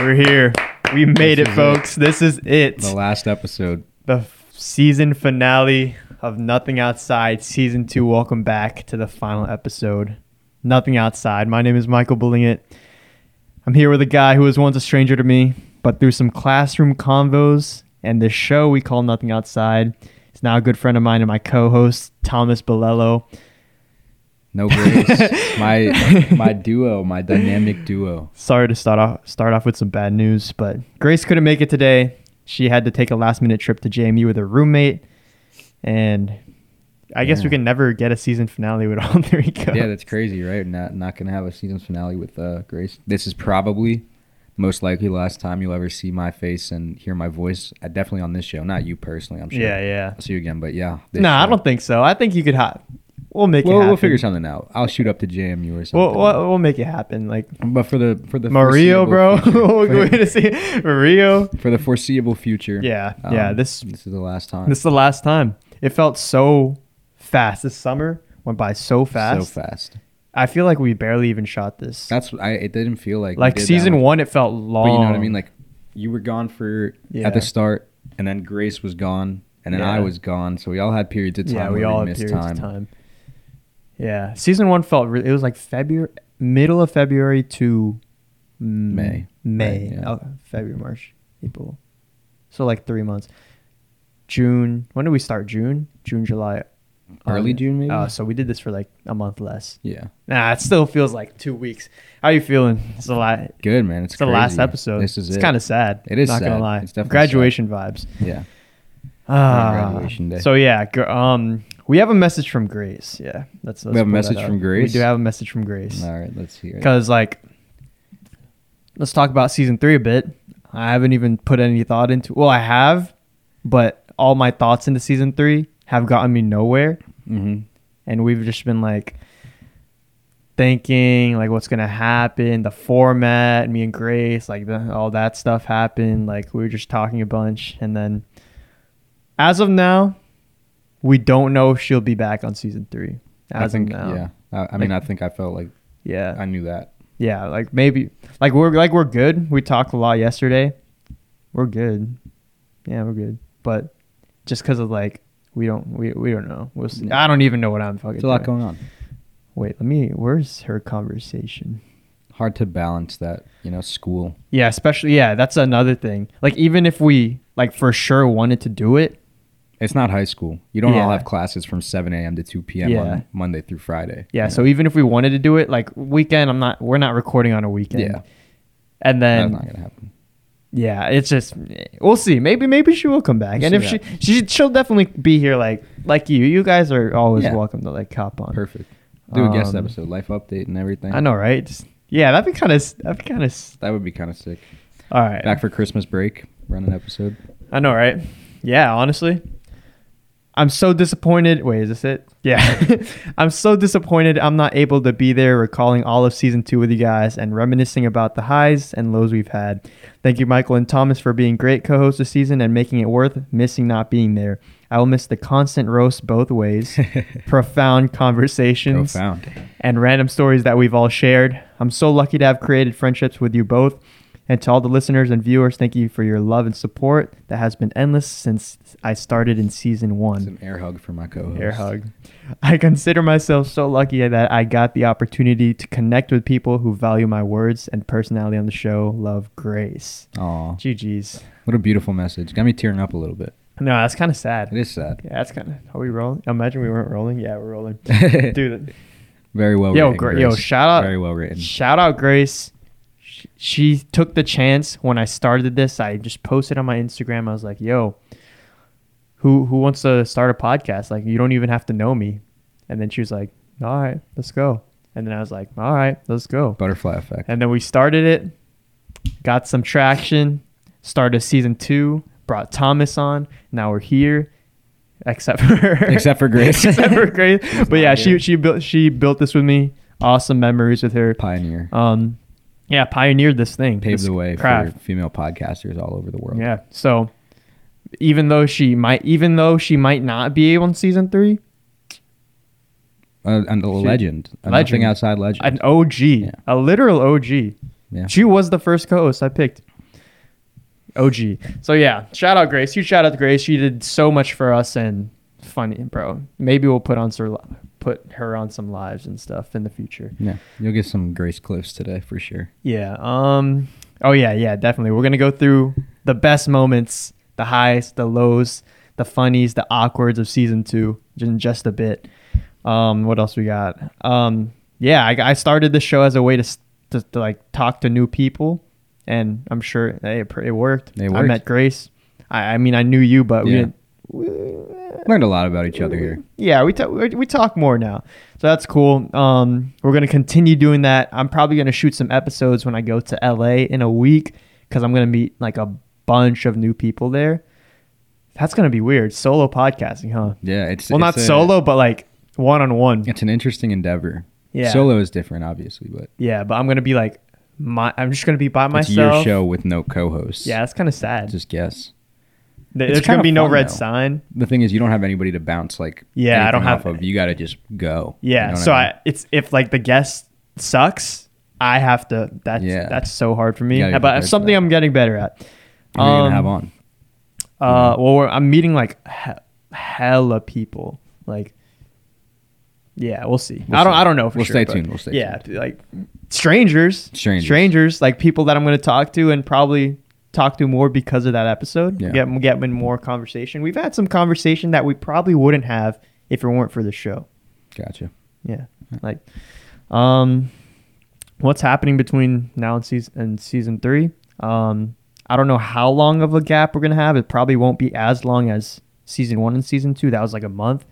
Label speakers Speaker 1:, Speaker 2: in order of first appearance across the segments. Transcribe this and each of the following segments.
Speaker 1: We're here. We made
Speaker 2: This
Speaker 1: it,
Speaker 2: is
Speaker 1: folks. This is it.
Speaker 2: The last episode.
Speaker 1: The f- season finale of Nothing Outside, season two. Welcome back to the final episode. Nothing Outside. My name is Michael Bullingit. I'm here with a guy who was once a stranger to me, but through some classroom convos and this show we call Nothing Outside, is now a good friend of mine and my co-host Thomas Bellello.
Speaker 2: No grace. my my duo, my dynamic duo.
Speaker 1: Sorry to start off start off with some bad news, but Grace couldn't make it today. She had to take a last minute trip to JMU with her roommate, and I guess we
Speaker 2: Yeah.
Speaker 1: can never get a season finale with all three. Go.
Speaker 2: Yeah, that's crazy, right? Not not gonna have a season finale with uh, Grace. This is probably most likely last time you'll ever see my face and hear my voice. Uh, definitely on this show, not you personally. I'm sure.
Speaker 1: yeah, yeah.
Speaker 2: I'll see you again, but yeah.
Speaker 1: No,
Speaker 2: this
Speaker 1: I
Speaker 2: show.
Speaker 1: don't think so. I think you could hop. We'll make it.
Speaker 2: We'll,
Speaker 1: happen.
Speaker 2: we'll figure something out. I'll shoot up to JMU or
Speaker 1: We'll,
Speaker 2: something.
Speaker 1: we'll, we'll make it happen. Like
Speaker 2: but for the for the
Speaker 1: Mario,
Speaker 2: foreseeable
Speaker 1: bro.
Speaker 2: future-
Speaker 1: we're
Speaker 2: for,
Speaker 1: going to see Mario.
Speaker 2: for the foreseeable future.
Speaker 1: Yeah, yeah.
Speaker 2: um,
Speaker 1: This
Speaker 2: this is the last time.
Speaker 1: this is the last time. It felt so fast. This summer went by so fast.
Speaker 2: So fast.
Speaker 1: I feel like we barely even shot this.
Speaker 2: That's I. It didn't feel like we
Speaker 1: like
Speaker 2: did that
Speaker 1: season
Speaker 2: much.
Speaker 1: one, it felt long.
Speaker 2: But you know what I mean? Like you were gone for at
Speaker 1: Um, Yeah.
Speaker 2: the start, and then Grace was gone, and then I
Speaker 1: Yeah.
Speaker 2: was gone. So we all had periods of time.
Speaker 1: yeah, we
Speaker 2: where
Speaker 1: all had
Speaker 2: missed
Speaker 1: periods
Speaker 2: time.
Speaker 1: of time. Yeah, season one felt re- it was like February, middle of February to mm,
Speaker 2: May.
Speaker 1: May,
Speaker 2: Right, yeah.
Speaker 1: oh, February, March, April, so like three months. June. When did we start? June, June, July,
Speaker 2: Early
Speaker 1: August.
Speaker 2: June, maybe.
Speaker 1: Uh, so we did this for like a month less.
Speaker 2: yeah,
Speaker 1: Nah, it still feels like two weeks. How you feeling? It's a lot. It's,
Speaker 2: good man. It's,
Speaker 1: the
Speaker 2: crazy.
Speaker 1: last episode.
Speaker 2: This is
Speaker 1: it's
Speaker 2: it.
Speaker 1: kind of sad.
Speaker 2: It is
Speaker 1: not
Speaker 2: sad.
Speaker 1: gonna lie.
Speaker 2: It's definitely
Speaker 1: graduation vibes.
Speaker 2: yeah.
Speaker 1: Ah,
Speaker 2: graduation day.
Speaker 1: So yeah, gr- um, we have a message from Grace. Yeah, that's
Speaker 2: We have a message from Grace?
Speaker 1: We do have a message from Grace
Speaker 2: All right, let's hear it.
Speaker 1: because like, let's talk about season three a bit. I haven't even put any thought into. Well, I have, but all my thoughts into season three have gotten me nowhere,
Speaker 2: Mm-hmm.
Speaker 1: and we've just been like thinking like what's gonna happen, the format, me and Grace, like the, all that stuff happened. Like we were just talking a bunch, and then as of now, we don't know if she'll be back on season three.
Speaker 2: I
Speaker 1: As
Speaker 2: think
Speaker 1: of now,
Speaker 2: yeah. I, I mean, I think I felt like
Speaker 1: yeah,
Speaker 2: I knew that.
Speaker 1: yeah. Like maybe, like we're like we're good. We talked a lot yesterday. We're good. Yeah, we're good. But just because of like we don't we we don't know. We'll see. I don't even know what I'm fucking.
Speaker 2: There's a lot
Speaker 1: doing.
Speaker 2: going on.
Speaker 1: Wait, let me. Where's her conversation?
Speaker 2: Hard to balance that, you know, school.
Speaker 1: Yeah, especially yeah. That's another thing. Like even if we like for sure wanted to do it,
Speaker 2: It's not high school. You don't all
Speaker 1: Yeah.
Speaker 2: have classes from 7 a.m. to 2 p.m.
Speaker 1: Yeah.
Speaker 2: on Monday through Friday.
Speaker 1: yeah.
Speaker 2: you
Speaker 1: So
Speaker 2: know?
Speaker 1: even if we wanted to do it, like weekend, I'm not. We're not recording on a weekend.
Speaker 2: Yeah.
Speaker 1: And
Speaker 2: that's
Speaker 1: then
Speaker 2: not gonna happen.
Speaker 1: yeah, it's just we'll see. Maybe maybe she will come back,
Speaker 2: We'll
Speaker 1: and if
Speaker 2: see
Speaker 1: she, she she'll definitely be here. Like like you, you guys are always
Speaker 2: Yeah.
Speaker 1: welcome to like cop on.
Speaker 2: Perfect. Do a guest
Speaker 1: Um,
Speaker 2: episode, life update, and everything.
Speaker 1: I know, right? Just- yeah, that'd be kind of that'd be kind of
Speaker 2: That would be kind of sick.
Speaker 1: all right.
Speaker 2: Back for Christmas break, run an episode.
Speaker 1: I know, right? Yeah, honestly. I'm so disappointed. Wait, is this it? Yeah. I'm so disappointed I'm not able to be there recalling all of season two with you guys and reminiscing about the highs and lows we've had. Thank you, Michael and Thomas, for being great co hosts this season and making it worth missing not being there. I will miss the constant roast both ways, profound conversations,
Speaker 2: Profound.
Speaker 1: and random stories that we've all shared. I'm so lucky to have created friendships with you both. And to all the listeners and viewers, thank you for your love and support that has been endless since I started in season
Speaker 2: It's
Speaker 1: one.
Speaker 2: an air hug for my co-host.
Speaker 1: Air hug. I consider myself so lucky that I got the opportunity to connect with people who value my words and personality on the show. Love, Grace.
Speaker 2: Aw,
Speaker 1: GG's.
Speaker 2: what a beautiful message. Got me tearing up a little bit.
Speaker 1: No, that's kind of
Speaker 2: It
Speaker 1: sad.
Speaker 2: is sad.
Speaker 1: Yeah, that's kind of. Are we rolling? Imagine we weren't rolling. Yeah, we're rolling. Dude,
Speaker 2: Very well
Speaker 1: Yo,
Speaker 2: written.
Speaker 1: Gra- yo,
Speaker 2: Grace.
Speaker 1: shout out-
Speaker 2: Very well written.
Speaker 1: Shout out Grace. Sh- She took the chance when I started this. I just posted on my Instagram. I was like, "Yo, who who wants to start a podcast? Like, you don't even have to know me." And then she was like, "All right, let's go." And then I was like, "All right, let's go."
Speaker 2: Butterfly effect.
Speaker 1: And then we started it. Got some traction. Started season 2, brought Thomas on. Now we're here except for
Speaker 2: Except for Grace.
Speaker 1: except for Grace. but yeah,
Speaker 2: not
Speaker 1: she
Speaker 2: here.
Speaker 1: she built she built this with me. Awesome memories with her
Speaker 2: Pioneer.
Speaker 1: um yeah pioneered this thing
Speaker 2: Paved
Speaker 1: this
Speaker 2: the way
Speaker 1: craft
Speaker 2: for female podcasters all over the world.
Speaker 1: yeah so even though she might even though she might not be able in season three
Speaker 2: Uh, and a legend. A
Speaker 1: Legend.
Speaker 2: Nothing outside legend.
Speaker 1: an og
Speaker 2: Yeah.
Speaker 1: a literal og
Speaker 2: Yeah.
Speaker 1: She was the first co-host I picked. OG. So yeah, shout out Grace. Huge shout out to Grace. She did so much for us and funny, bro. Maybe we'll put on sur- put her on some lives and stuff in the future.
Speaker 2: Yeah, you'll get some Grace clips today for sure.
Speaker 1: Yeah. Um. Oh yeah, yeah, definitely. We're gonna go through the best moments, the highs, the lows, the funnies, the awkwards of season two in just a bit. Um. What else we got? Um. Yeah, I, I started this show as a way to, s- to to like talk to new people, and I'm sure hey, it pr- it worked.
Speaker 2: It
Speaker 1: I
Speaker 2: worked.
Speaker 1: met Grace. I, I mean, I knew you, but we
Speaker 2: Yeah.
Speaker 1: didn't.
Speaker 2: Learned a lot about each other here.
Speaker 1: Yeah, we talk we we talk more now, so that's cool. Um, we're gonna continue doing that. I'm probably gonna shoot some episodes when I go to LA in a week because I'm gonna meet like a bunch of new people there. That's gonna be weird. Solo podcasting, huh?
Speaker 2: Yeah, it's
Speaker 1: well, not
Speaker 2: it's a-
Speaker 1: solo, but like one on one.
Speaker 2: It's an interesting endeavor.
Speaker 1: Yeah,
Speaker 2: Solo is different, obviously, but
Speaker 1: yeah. But I'm gonna be like my. I'm just gonna be by
Speaker 2: it's your
Speaker 1: myself.
Speaker 2: show with no co-hosts.
Speaker 1: Yeah, that's kind of sad.
Speaker 2: just guess.
Speaker 1: There-
Speaker 2: it's
Speaker 1: There's gonna
Speaker 2: kinda
Speaker 1: be no
Speaker 2: fun,
Speaker 1: red
Speaker 2: though.
Speaker 1: sign.
Speaker 2: The thing is, you don't have anybody to bounce like
Speaker 1: Yeah, I
Speaker 2: anything
Speaker 1: don't have-
Speaker 2: off of. You got to just go.
Speaker 1: Yeah.
Speaker 2: You know what
Speaker 1: so
Speaker 2: I,
Speaker 1: I,
Speaker 2: mean?
Speaker 1: it's if like the guest sucks, I have to. That's
Speaker 2: Yeah.
Speaker 1: that's so hard for me. Uh,
Speaker 2: You gotta get
Speaker 1: But
Speaker 2: better
Speaker 1: it's
Speaker 2: for
Speaker 1: something
Speaker 2: that.
Speaker 1: I'm getting better at.
Speaker 2: Who are you
Speaker 1: Um,
Speaker 2: gonna have on.
Speaker 1: Uh, well, we're, I'm meeting like he- hella people. Like, yeah, we'll see.
Speaker 2: We'll
Speaker 1: I don't.
Speaker 2: see.
Speaker 1: I don't know for
Speaker 2: We'll
Speaker 1: sure.
Speaker 2: stay
Speaker 1: but
Speaker 2: tuned. We'll stay
Speaker 1: Yeah, like strangers,
Speaker 2: Strangers.
Speaker 1: strangers, like people that I'm going to talk to and probably talk to more because of that episode.
Speaker 2: Yeah.
Speaker 1: Get get in more conversation. We've had some conversation that we probably wouldn't have if it weren't for the show.
Speaker 2: Gotcha.
Speaker 1: Yeah. Like, um, what's happening between now and season and season three? Um, I don't know how long of a gap we're gonna have. It probably won't be as long as season one and season two. That was like a month.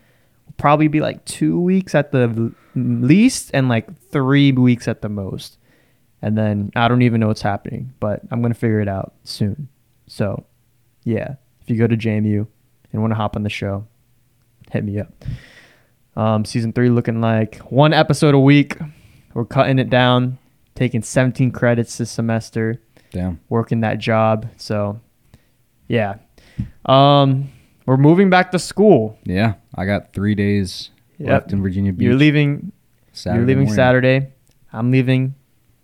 Speaker 1: probably be like two weeks at the l- least, and like three weeks at the most. And then I don't even know what's happening, but I'm gonna figure it out soon. So, yeah, if you go to JMU and want to hop on the show, hit me up. Um, season three looking like one episode a week. We're cutting it down, taking 17 credits this semester,
Speaker 2: Damn.
Speaker 1: working that job. So, yeah. Um, we're moving back to school.
Speaker 2: Yeah, I got three days
Speaker 1: Yep.
Speaker 2: left in Virginia Beach.
Speaker 1: You're leaving.
Speaker 2: Saturday
Speaker 1: you're leaving
Speaker 2: morning.
Speaker 1: Saturday. I'm leaving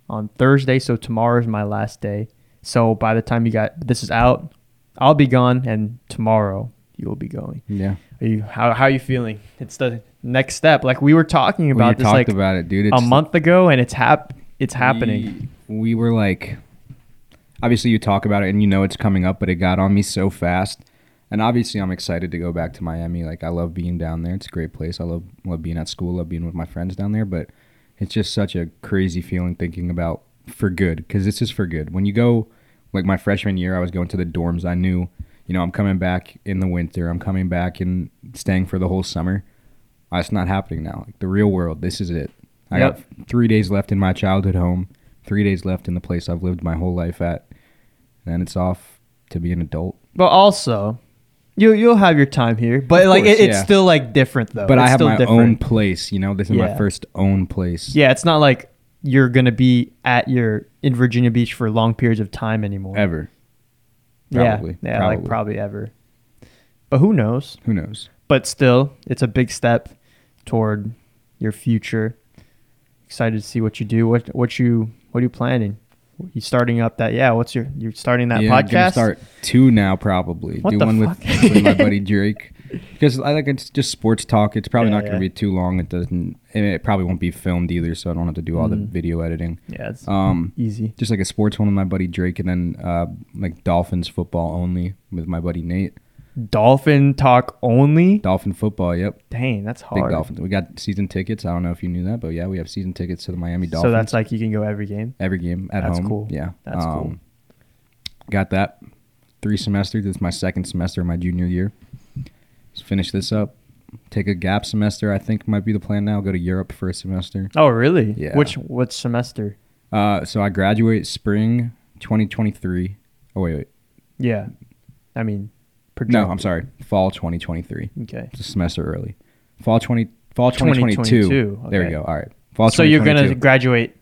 Speaker 1: on Thursday, so tomorrow is my last day. So by the time you got this is out, I'll be gone, and tomorrow you will be going.
Speaker 2: Yeah,
Speaker 1: Are you how how are you feeling? It's the next step. Like we were talking
Speaker 2: we
Speaker 1: about
Speaker 2: talked
Speaker 1: this like
Speaker 2: about it, dude.
Speaker 1: a
Speaker 2: It's-
Speaker 1: month ago and it's hap it's happening.
Speaker 2: We, we were like, obviously, you talk about it and you know it's coming up, but it got on me so fast. And obviously, I'm excited to go back to Miami. Like, I love being down there. It's a great place. I love love being at school. Love being with my friends down there. But it's just such a crazy feeling thinking about for good because this is for good. When you go, like my freshman year, I was going to the dorms. I knew, you know, I'm coming back in the winter. I'm coming back and staying for the whole summer. That's not happening now. Like the real world. This is it. I
Speaker 1: Yep.
Speaker 2: got three days left in my childhood home. Three days left in the place I've lived my whole life at. And then it's off to be an adult.
Speaker 1: But also you you'll have your time here. But
Speaker 2: Of
Speaker 1: like
Speaker 2: course,
Speaker 1: it, it's
Speaker 2: yeah.
Speaker 1: still like different though.
Speaker 2: But
Speaker 1: it's
Speaker 2: I have
Speaker 1: Oh, still
Speaker 2: my own place. You know, this is
Speaker 1: Yeah.
Speaker 2: my first own place.
Speaker 1: Yeah, it's not like you're gonna be at your in Virginia Beach for long periods of time anymore.
Speaker 2: Ever. Probably.
Speaker 1: Yeah, yeah like
Speaker 2: Probably.
Speaker 1: probably ever. But who knows?
Speaker 2: Who knows?
Speaker 1: But still, it's a big step toward your future. Excited to see what you do. What what you what are you planning? You starting up that yeah, what's your you're starting that
Speaker 2: yeah, I'm gonna
Speaker 1: podcast?
Speaker 2: start two now probably.
Speaker 1: What
Speaker 2: Do
Speaker 1: the
Speaker 2: one
Speaker 1: fuck?
Speaker 2: With, with my buddy Drake. Because I like it's just sports talk. It's probably
Speaker 1: Yeah,
Speaker 2: not gonna
Speaker 1: yeah.
Speaker 2: be too long. It doesn't and it probably won't be filmed either, so I don't have to do all the
Speaker 1: Mm.
Speaker 2: video editing.
Speaker 1: Yeah, it's
Speaker 2: Um
Speaker 1: easy.
Speaker 2: just like a sports one with my buddy Drake, and then uh, like Dolphins football only with my buddy Nate.
Speaker 1: Dolphin talk only.
Speaker 2: Dolphin football, yep,
Speaker 1: Dang, that's hard.
Speaker 2: big Dolphins. We got season tickets. I don't know if you knew that, but yeah, we have season tickets to the Miami
Speaker 1: So
Speaker 2: Dolphins.
Speaker 1: that's like you can go every game.
Speaker 2: every game at
Speaker 1: That's
Speaker 2: home.
Speaker 1: cool.
Speaker 2: Yeah, Um,
Speaker 1: That's cool.
Speaker 2: Got that. Three semesters. This is my second semester of my junior year. Just finish this up. Take a gap semester. I think might be the plan now. Go to Europe for a semester.
Speaker 1: Oh, really?
Speaker 2: Yeah.
Speaker 1: Which what semester?
Speaker 2: Uh, so I graduate spring 2023. Oh wait, wait.
Speaker 1: Yeah. I mean,
Speaker 2: No,
Speaker 1: project-
Speaker 2: I'm sorry. Fall 2023.
Speaker 1: Okay.
Speaker 2: It's a semester early. Fall 20 fall 2022.
Speaker 1: 2022,
Speaker 2: There we
Speaker 1: okay.
Speaker 2: go. All right. Fall
Speaker 1: so you're gonna
Speaker 2: 2022.
Speaker 1: graduate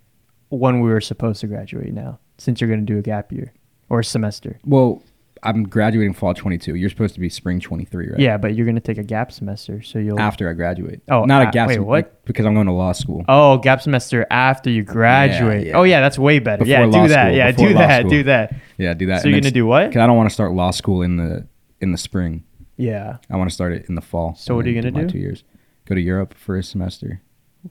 Speaker 1: when we were supposed to graduate now, since you're gonna do a gap year or a semester.
Speaker 2: Well, I'm graduating fall 22. You're supposed to be spring 23, right?
Speaker 1: Yeah, but you're gonna take a gap semester, so you'll.
Speaker 2: After I graduate.
Speaker 1: Oh,
Speaker 2: not
Speaker 1: uh,
Speaker 2: a gap.
Speaker 1: wait,
Speaker 2: sem-
Speaker 1: what?
Speaker 2: like, Because I'm going to law school.
Speaker 1: Oh, gap semester after you graduate.
Speaker 2: yeah.
Speaker 1: Oh yeah, that's way better. yeah,
Speaker 2: Before law
Speaker 1: do that.
Speaker 2: school,
Speaker 1: Yeah,
Speaker 2: before
Speaker 1: do
Speaker 2: law
Speaker 1: that.
Speaker 2: school.
Speaker 1: Do that.
Speaker 2: Yeah, do that.
Speaker 1: So you're gonna do what?
Speaker 2: Because I don't want to start law school in the in the spring.
Speaker 1: Yeah.
Speaker 2: I want to start it in the fall.
Speaker 1: So what
Speaker 2: and
Speaker 1: are you
Speaker 2: then
Speaker 1: gonna
Speaker 2: my
Speaker 1: do?
Speaker 2: Two years. Go to Europe for a semester,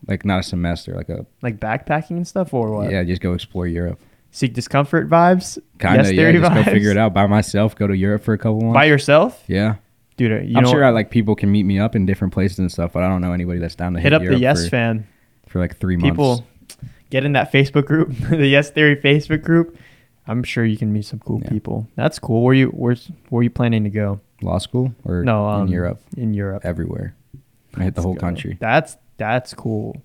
Speaker 2: like not a semester, like a
Speaker 1: Like backpacking and stuff, or what?
Speaker 2: yeah. Just go explore Europe.
Speaker 1: Seek discomfort vibes.
Speaker 2: Kind of
Speaker 1: yes,
Speaker 2: yeah.
Speaker 1: theory
Speaker 2: Just
Speaker 1: vibes.
Speaker 2: go figure it out by myself. Go to Europe for a couple months.
Speaker 1: By yourself,
Speaker 2: yeah,
Speaker 1: dude. uh, You
Speaker 2: I'm
Speaker 1: know,
Speaker 2: sure I, like people can meet me up in different places and stuff, but I don't know anybody that's down to
Speaker 1: hit up the
Speaker 2: Europe
Speaker 1: Yes
Speaker 2: for,
Speaker 1: fan.
Speaker 2: for like three months.
Speaker 1: People, get in that Facebook group, the Yes Theory Facebook group. I'm sure you can meet some cool
Speaker 2: Yeah.
Speaker 1: people. That's cool. Where you where's where you planning to go?
Speaker 2: law school or
Speaker 1: No, um,
Speaker 2: in Europe,
Speaker 1: In Europe.
Speaker 2: everywhere. I hit the
Speaker 1: Let's
Speaker 2: whole
Speaker 1: go.
Speaker 2: country.
Speaker 1: That's that's cool.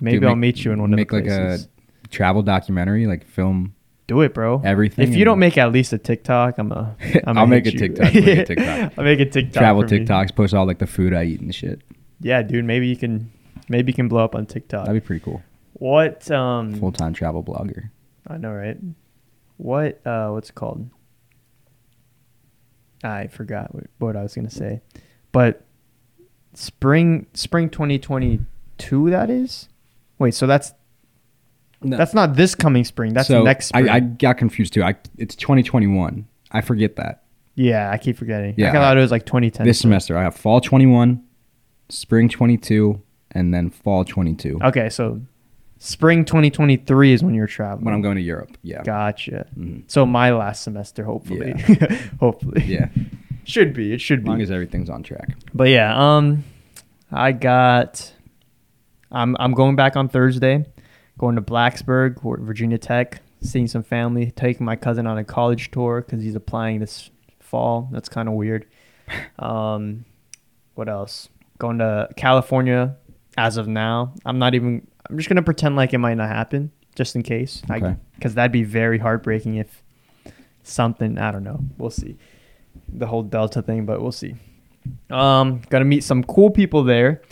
Speaker 1: Maybe
Speaker 2: Dude,
Speaker 1: I'll
Speaker 2: make-
Speaker 1: meet you in one of the
Speaker 2: make like a-
Speaker 1: places.
Speaker 2: Travel documentary, like film
Speaker 1: Do it, bro.
Speaker 2: everything.
Speaker 1: If you don't
Speaker 2: and-
Speaker 1: make at least a TikTok, I'm a. I'm
Speaker 2: I'll make a
Speaker 1: hit you.
Speaker 2: TikTok. We'll make a TikTok.
Speaker 1: I'll make a TikTok.
Speaker 2: travel
Speaker 1: for me.
Speaker 2: TikToks, post all like the food I eat and shit.
Speaker 1: Yeah, dude. Maybe you can. Maybe you can blow up on TikTok.
Speaker 2: That'd be pretty cool.
Speaker 1: What? Um.
Speaker 2: Full time travel blogger.
Speaker 1: I know, right? What? Uh, what's it called? I forgot what, what I was gonna say, but spring spring 2022 that is. Wait, so that's that's not this coming spring. That's
Speaker 2: so
Speaker 1: next
Speaker 2: I,
Speaker 1: spring.
Speaker 2: I got confused too. I it's 2021. I forget that.
Speaker 1: yeah, I keep forgetting.
Speaker 2: Yeah,
Speaker 1: I thought it was like 2010.
Speaker 2: This semester I have fall 21, spring 22, and then fall 22.
Speaker 1: Okay, so spring 2023 is when you're traveling.
Speaker 2: When I'm going to Europe. Yeah.
Speaker 1: Gotcha.
Speaker 2: Mhm.
Speaker 1: So my last semester, hopefully. hopefully.
Speaker 2: Yeah.
Speaker 1: Should be. It should
Speaker 2: As
Speaker 1: be.
Speaker 2: long as everything's on track.
Speaker 1: But yeah, um, I got. I'm I'm going back on Thursday, going to Blacksburg, Vir- Virginia Tech, seeing some family, taking my cousin on a college tour because he's applying this fall. That's kind of weird. Um, what else? Going to California as of now. I'm not even. I'm just gonna pretend like it might not happen, just in case.
Speaker 2: Okay.
Speaker 1: Because that'd be very heartbreaking if something. I don't know. We'll see. The whole Delta thing, but we'll see. Um, gonna meet some cool people there,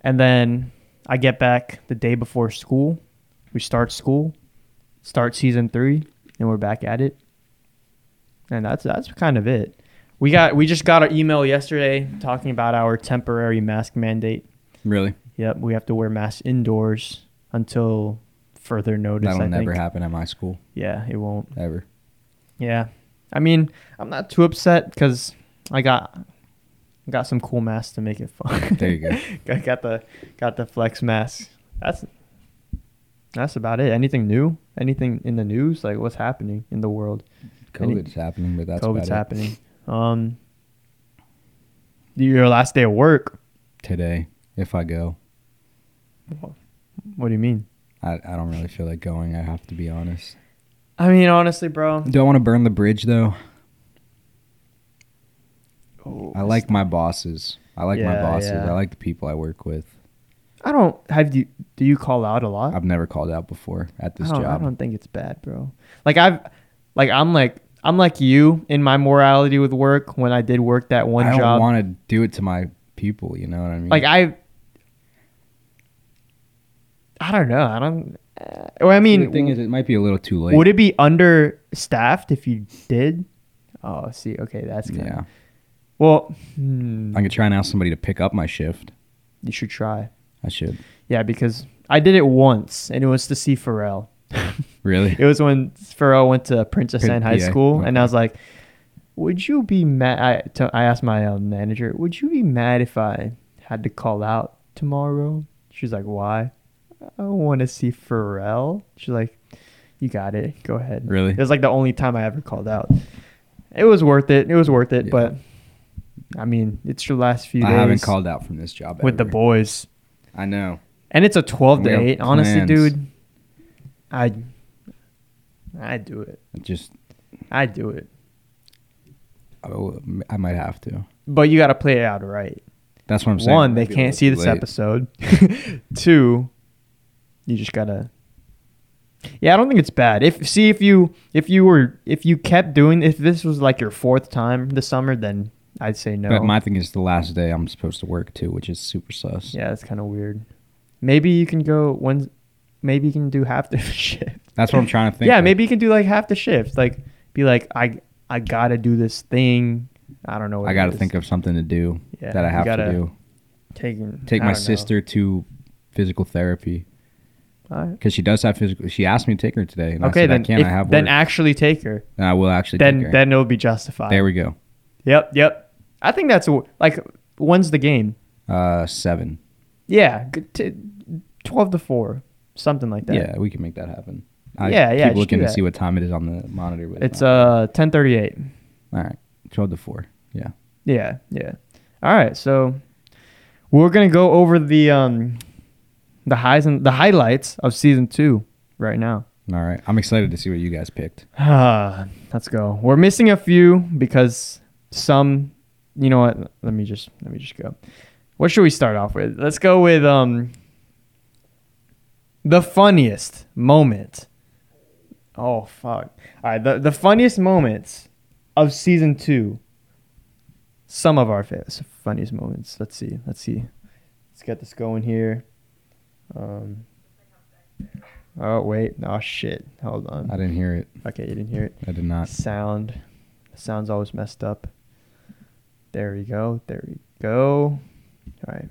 Speaker 1: and then I get back the day before school. We start school, start season three, and we're back at it. And that's that's kind of it. We got we just got an email yesterday talking about our temporary mask mandate.
Speaker 2: Really?
Speaker 1: Yep, we have to wear masks indoors until further notice.
Speaker 2: That'll
Speaker 1: I
Speaker 2: never
Speaker 1: think.
Speaker 2: happen at my school
Speaker 1: Yeah, it won't.
Speaker 2: ever.
Speaker 1: Yeah, I mean, I'm not too upset because I got got some cool masks to make it fun.
Speaker 2: There you go.
Speaker 1: got, got the got the flex mask. That's that's about it. Anything new? Anything in the news? Like what's happening in the world? Any-
Speaker 2: COVID's happening, but that's
Speaker 1: COVID's
Speaker 2: about it.
Speaker 1: happening. Um, your last day of work.
Speaker 2: today. If I go,
Speaker 1: What do you mean?
Speaker 2: I, I don't really feel like going. I have to be honest.
Speaker 1: I mean, honestly, bro.
Speaker 2: Do I want to burn the bridge though? I like my bosses. I like my
Speaker 1: Yeah,
Speaker 2: bosses.
Speaker 1: yeah.
Speaker 2: I like the people I work with.
Speaker 1: I don't have you. Do you call out a lot?
Speaker 2: I've never called out before at this
Speaker 1: Oh, I don't, I
Speaker 2: job.
Speaker 1: don't think it's bad, bro. Like I've, like I'm like I'm like you in my morality with work. When I did work that one
Speaker 2: I don't
Speaker 1: job,
Speaker 2: want to do it to my people. You know what I mean?
Speaker 1: like I, I don't know. I don't. Uh, well, I
Speaker 2: the
Speaker 1: mean,
Speaker 2: thing is, it might be a little too late.
Speaker 1: would it be understaffed if you did? Oh, see, okay, that's good.
Speaker 2: yeah,
Speaker 1: Well, hmm,
Speaker 2: I could try and ask somebody to pick up my shift.
Speaker 1: you should try.
Speaker 2: I should.
Speaker 1: Yeah, because I did it once, and it was to see Pharrell.
Speaker 2: Really?
Speaker 1: It was when Pharrell went to Princess
Speaker 2: Prin-
Speaker 1: Anne High
Speaker 2: PA,
Speaker 1: School, and
Speaker 2: okay.
Speaker 1: I was like, "Would you be mad?" I to- I asked my um, manager, "Would you be mad if I had to call out tomorrow?" She's like, "Why?" I want to see Pharrell. She's like, "You got it. Go ahead."
Speaker 2: Really?
Speaker 1: It was like the only time I ever called out. It was worth it. It was worth it,
Speaker 2: Yeah.
Speaker 1: but I mean, it's your last few
Speaker 2: I
Speaker 1: days
Speaker 2: haven't called out from this job
Speaker 1: with the
Speaker 2: ever.
Speaker 1: boys,
Speaker 2: I know.
Speaker 1: and it's a twelve
Speaker 2: We
Speaker 1: to
Speaker 2: have
Speaker 1: eight. Honestly,
Speaker 2: plans.
Speaker 1: dude, I I do it.
Speaker 2: It Just
Speaker 1: I do it.
Speaker 2: I will- I might have to.
Speaker 1: But you got to play it out right.
Speaker 2: That's what I'm saying.
Speaker 1: One,
Speaker 2: It
Speaker 1: they
Speaker 2: might be a
Speaker 1: can't
Speaker 2: little
Speaker 1: see
Speaker 2: too
Speaker 1: this
Speaker 2: late.
Speaker 1: episode. Two, you just gotta. Yeah, I don't think it's bad. If see if you if you were if you kept doing if this was like your fourth time this summer, then I'd say no.
Speaker 2: But my thing is the last day I'm supposed to work too, which is super sus.
Speaker 1: yeah, that's kind of weird. Maybe you can go one. Maybe you can do half the shift.
Speaker 2: That's what I'm trying to think.
Speaker 1: yeah,
Speaker 2: like,
Speaker 1: maybe you can do like half the shift. Like be like I I gotta do this thing. I don't know. What
Speaker 2: I got to think of something to do
Speaker 1: yeah,
Speaker 2: that I
Speaker 1: you
Speaker 2: have
Speaker 1: gotta
Speaker 2: to do.
Speaker 1: Taking
Speaker 2: Take
Speaker 1: I
Speaker 2: my
Speaker 1: don't know.
Speaker 2: sister to physical therapy
Speaker 1: All right.
Speaker 2: because she does have physical. She asked me to take her today, and I
Speaker 1: Okay,
Speaker 2: said
Speaker 1: then
Speaker 2: I can't.
Speaker 1: if-
Speaker 2: I have
Speaker 1: then
Speaker 2: work,
Speaker 1: actually take her.
Speaker 2: and I will actually
Speaker 1: Then
Speaker 2: take her.
Speaker 1: then it'll be justified.
Speaker 2: there we go.
Speaker 1: Yep, yep. I think that's a, like when's the game?
Speaker 2: Uh, seven.
Speaker 1: Yeah, good t- twelve to four, something like that.
Speaker 2: Yeah, we can make that happen. I
Speaker 1: Yeah, yeah,
Speaker 2: Keep
Speaker 1: just
Speaker 2: looking
Speaker 1: do
Speaker 2: to
Speaker 1: that.
Speaker 2: see what time it is on the monitor. But
Speaker 1: it's
Speaker 2: not-
Speaker 1: uh ten thirty eight.
Speaker 2: all right, twelve to four. Yeah.
Speaker 1: Yeah, yeah. All right, so we're gonna go over the um the highs and the highlights of season two right now.
Speaker 2: All right, I'm excited to see what you guys picked.
Speaker 1: Ah, Let's go. We're missing a few because some. You know what? Let me just let me just go. What should we start off with? Let's go with um the funniest moment. Oh fuck! All right, the the funniest moments of season two. Some of our fa- funniest moments. Let's see. Let's see. Let's get this going here. Um. Oh wait! Oh shit! Hold on.
Speaker 2: I didn't hear it.
Speaker 1: Okay, you didn't hear it.
Speaker 2: I did not.
Speaker 1: Sound. Sound's always messed up. There we go. There we go. All right.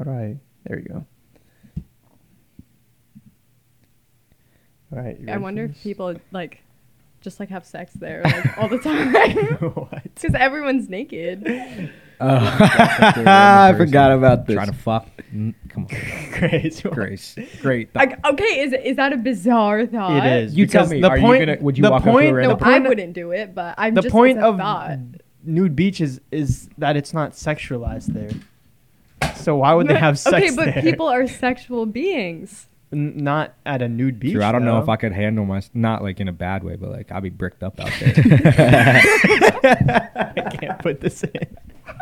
Speaker 1: All right. There we go. All right. you
Speaker 3: I
Speaker 1: ready
Speaker 3: wonder
Speaker 1: for
Speaker 3: if
Speaker 1: this?
Speaker 3: people like just like have sex there like, all the time
Speaker 1: what?
Speaker 3: because everyone's naked.
Speaker 2: Oh,
Speaker 1: I
Speaker 2: forgot about
Speaker 1: this.
Speaker 2: Trying to fuck. Mm, Come on,
Speaker 1: Grace. what?
Speaker 2: Grace. Great.
Speaker 3: Like, okay, is is that a bizarre thought?
Speaker 1: It is.
Speaker 2: You tell
Speaker 1: because
Speaker 2: me,
Speaker 1: The
Speaker 2: are you
Speaker 1: point,
Speaker 2: gonna- would you
Speaker 1: the
Speaker 2: walk up to a
Speaker 1: point,
Speaker 3: No,
Speaker 2: random-
Speaker 1: the
Speaker 3: I
Speaker 1: point,
Speaker 3: wouldn't do it, but I'm
Speaker 1: The
Speaker 3: just
Speaker 1: point
Speaker 3: it's a
Speaker 1: of
Speaker 3: thought.
Speaker 1: nude beaches is that it's not sexualized there. So why would they have sex
Speaker 3: okay, but
Speaker 1: there?
Speaker 3: people are sexual beings.
Speaker 1: N- not at a nude beach.
Speaker 2: True, I don't know
Speaker 1: though.
Speaker 2: if I could handle my not like in a bad way, but like I'd be bricked up out there.
Speaker 1: I can't put this in.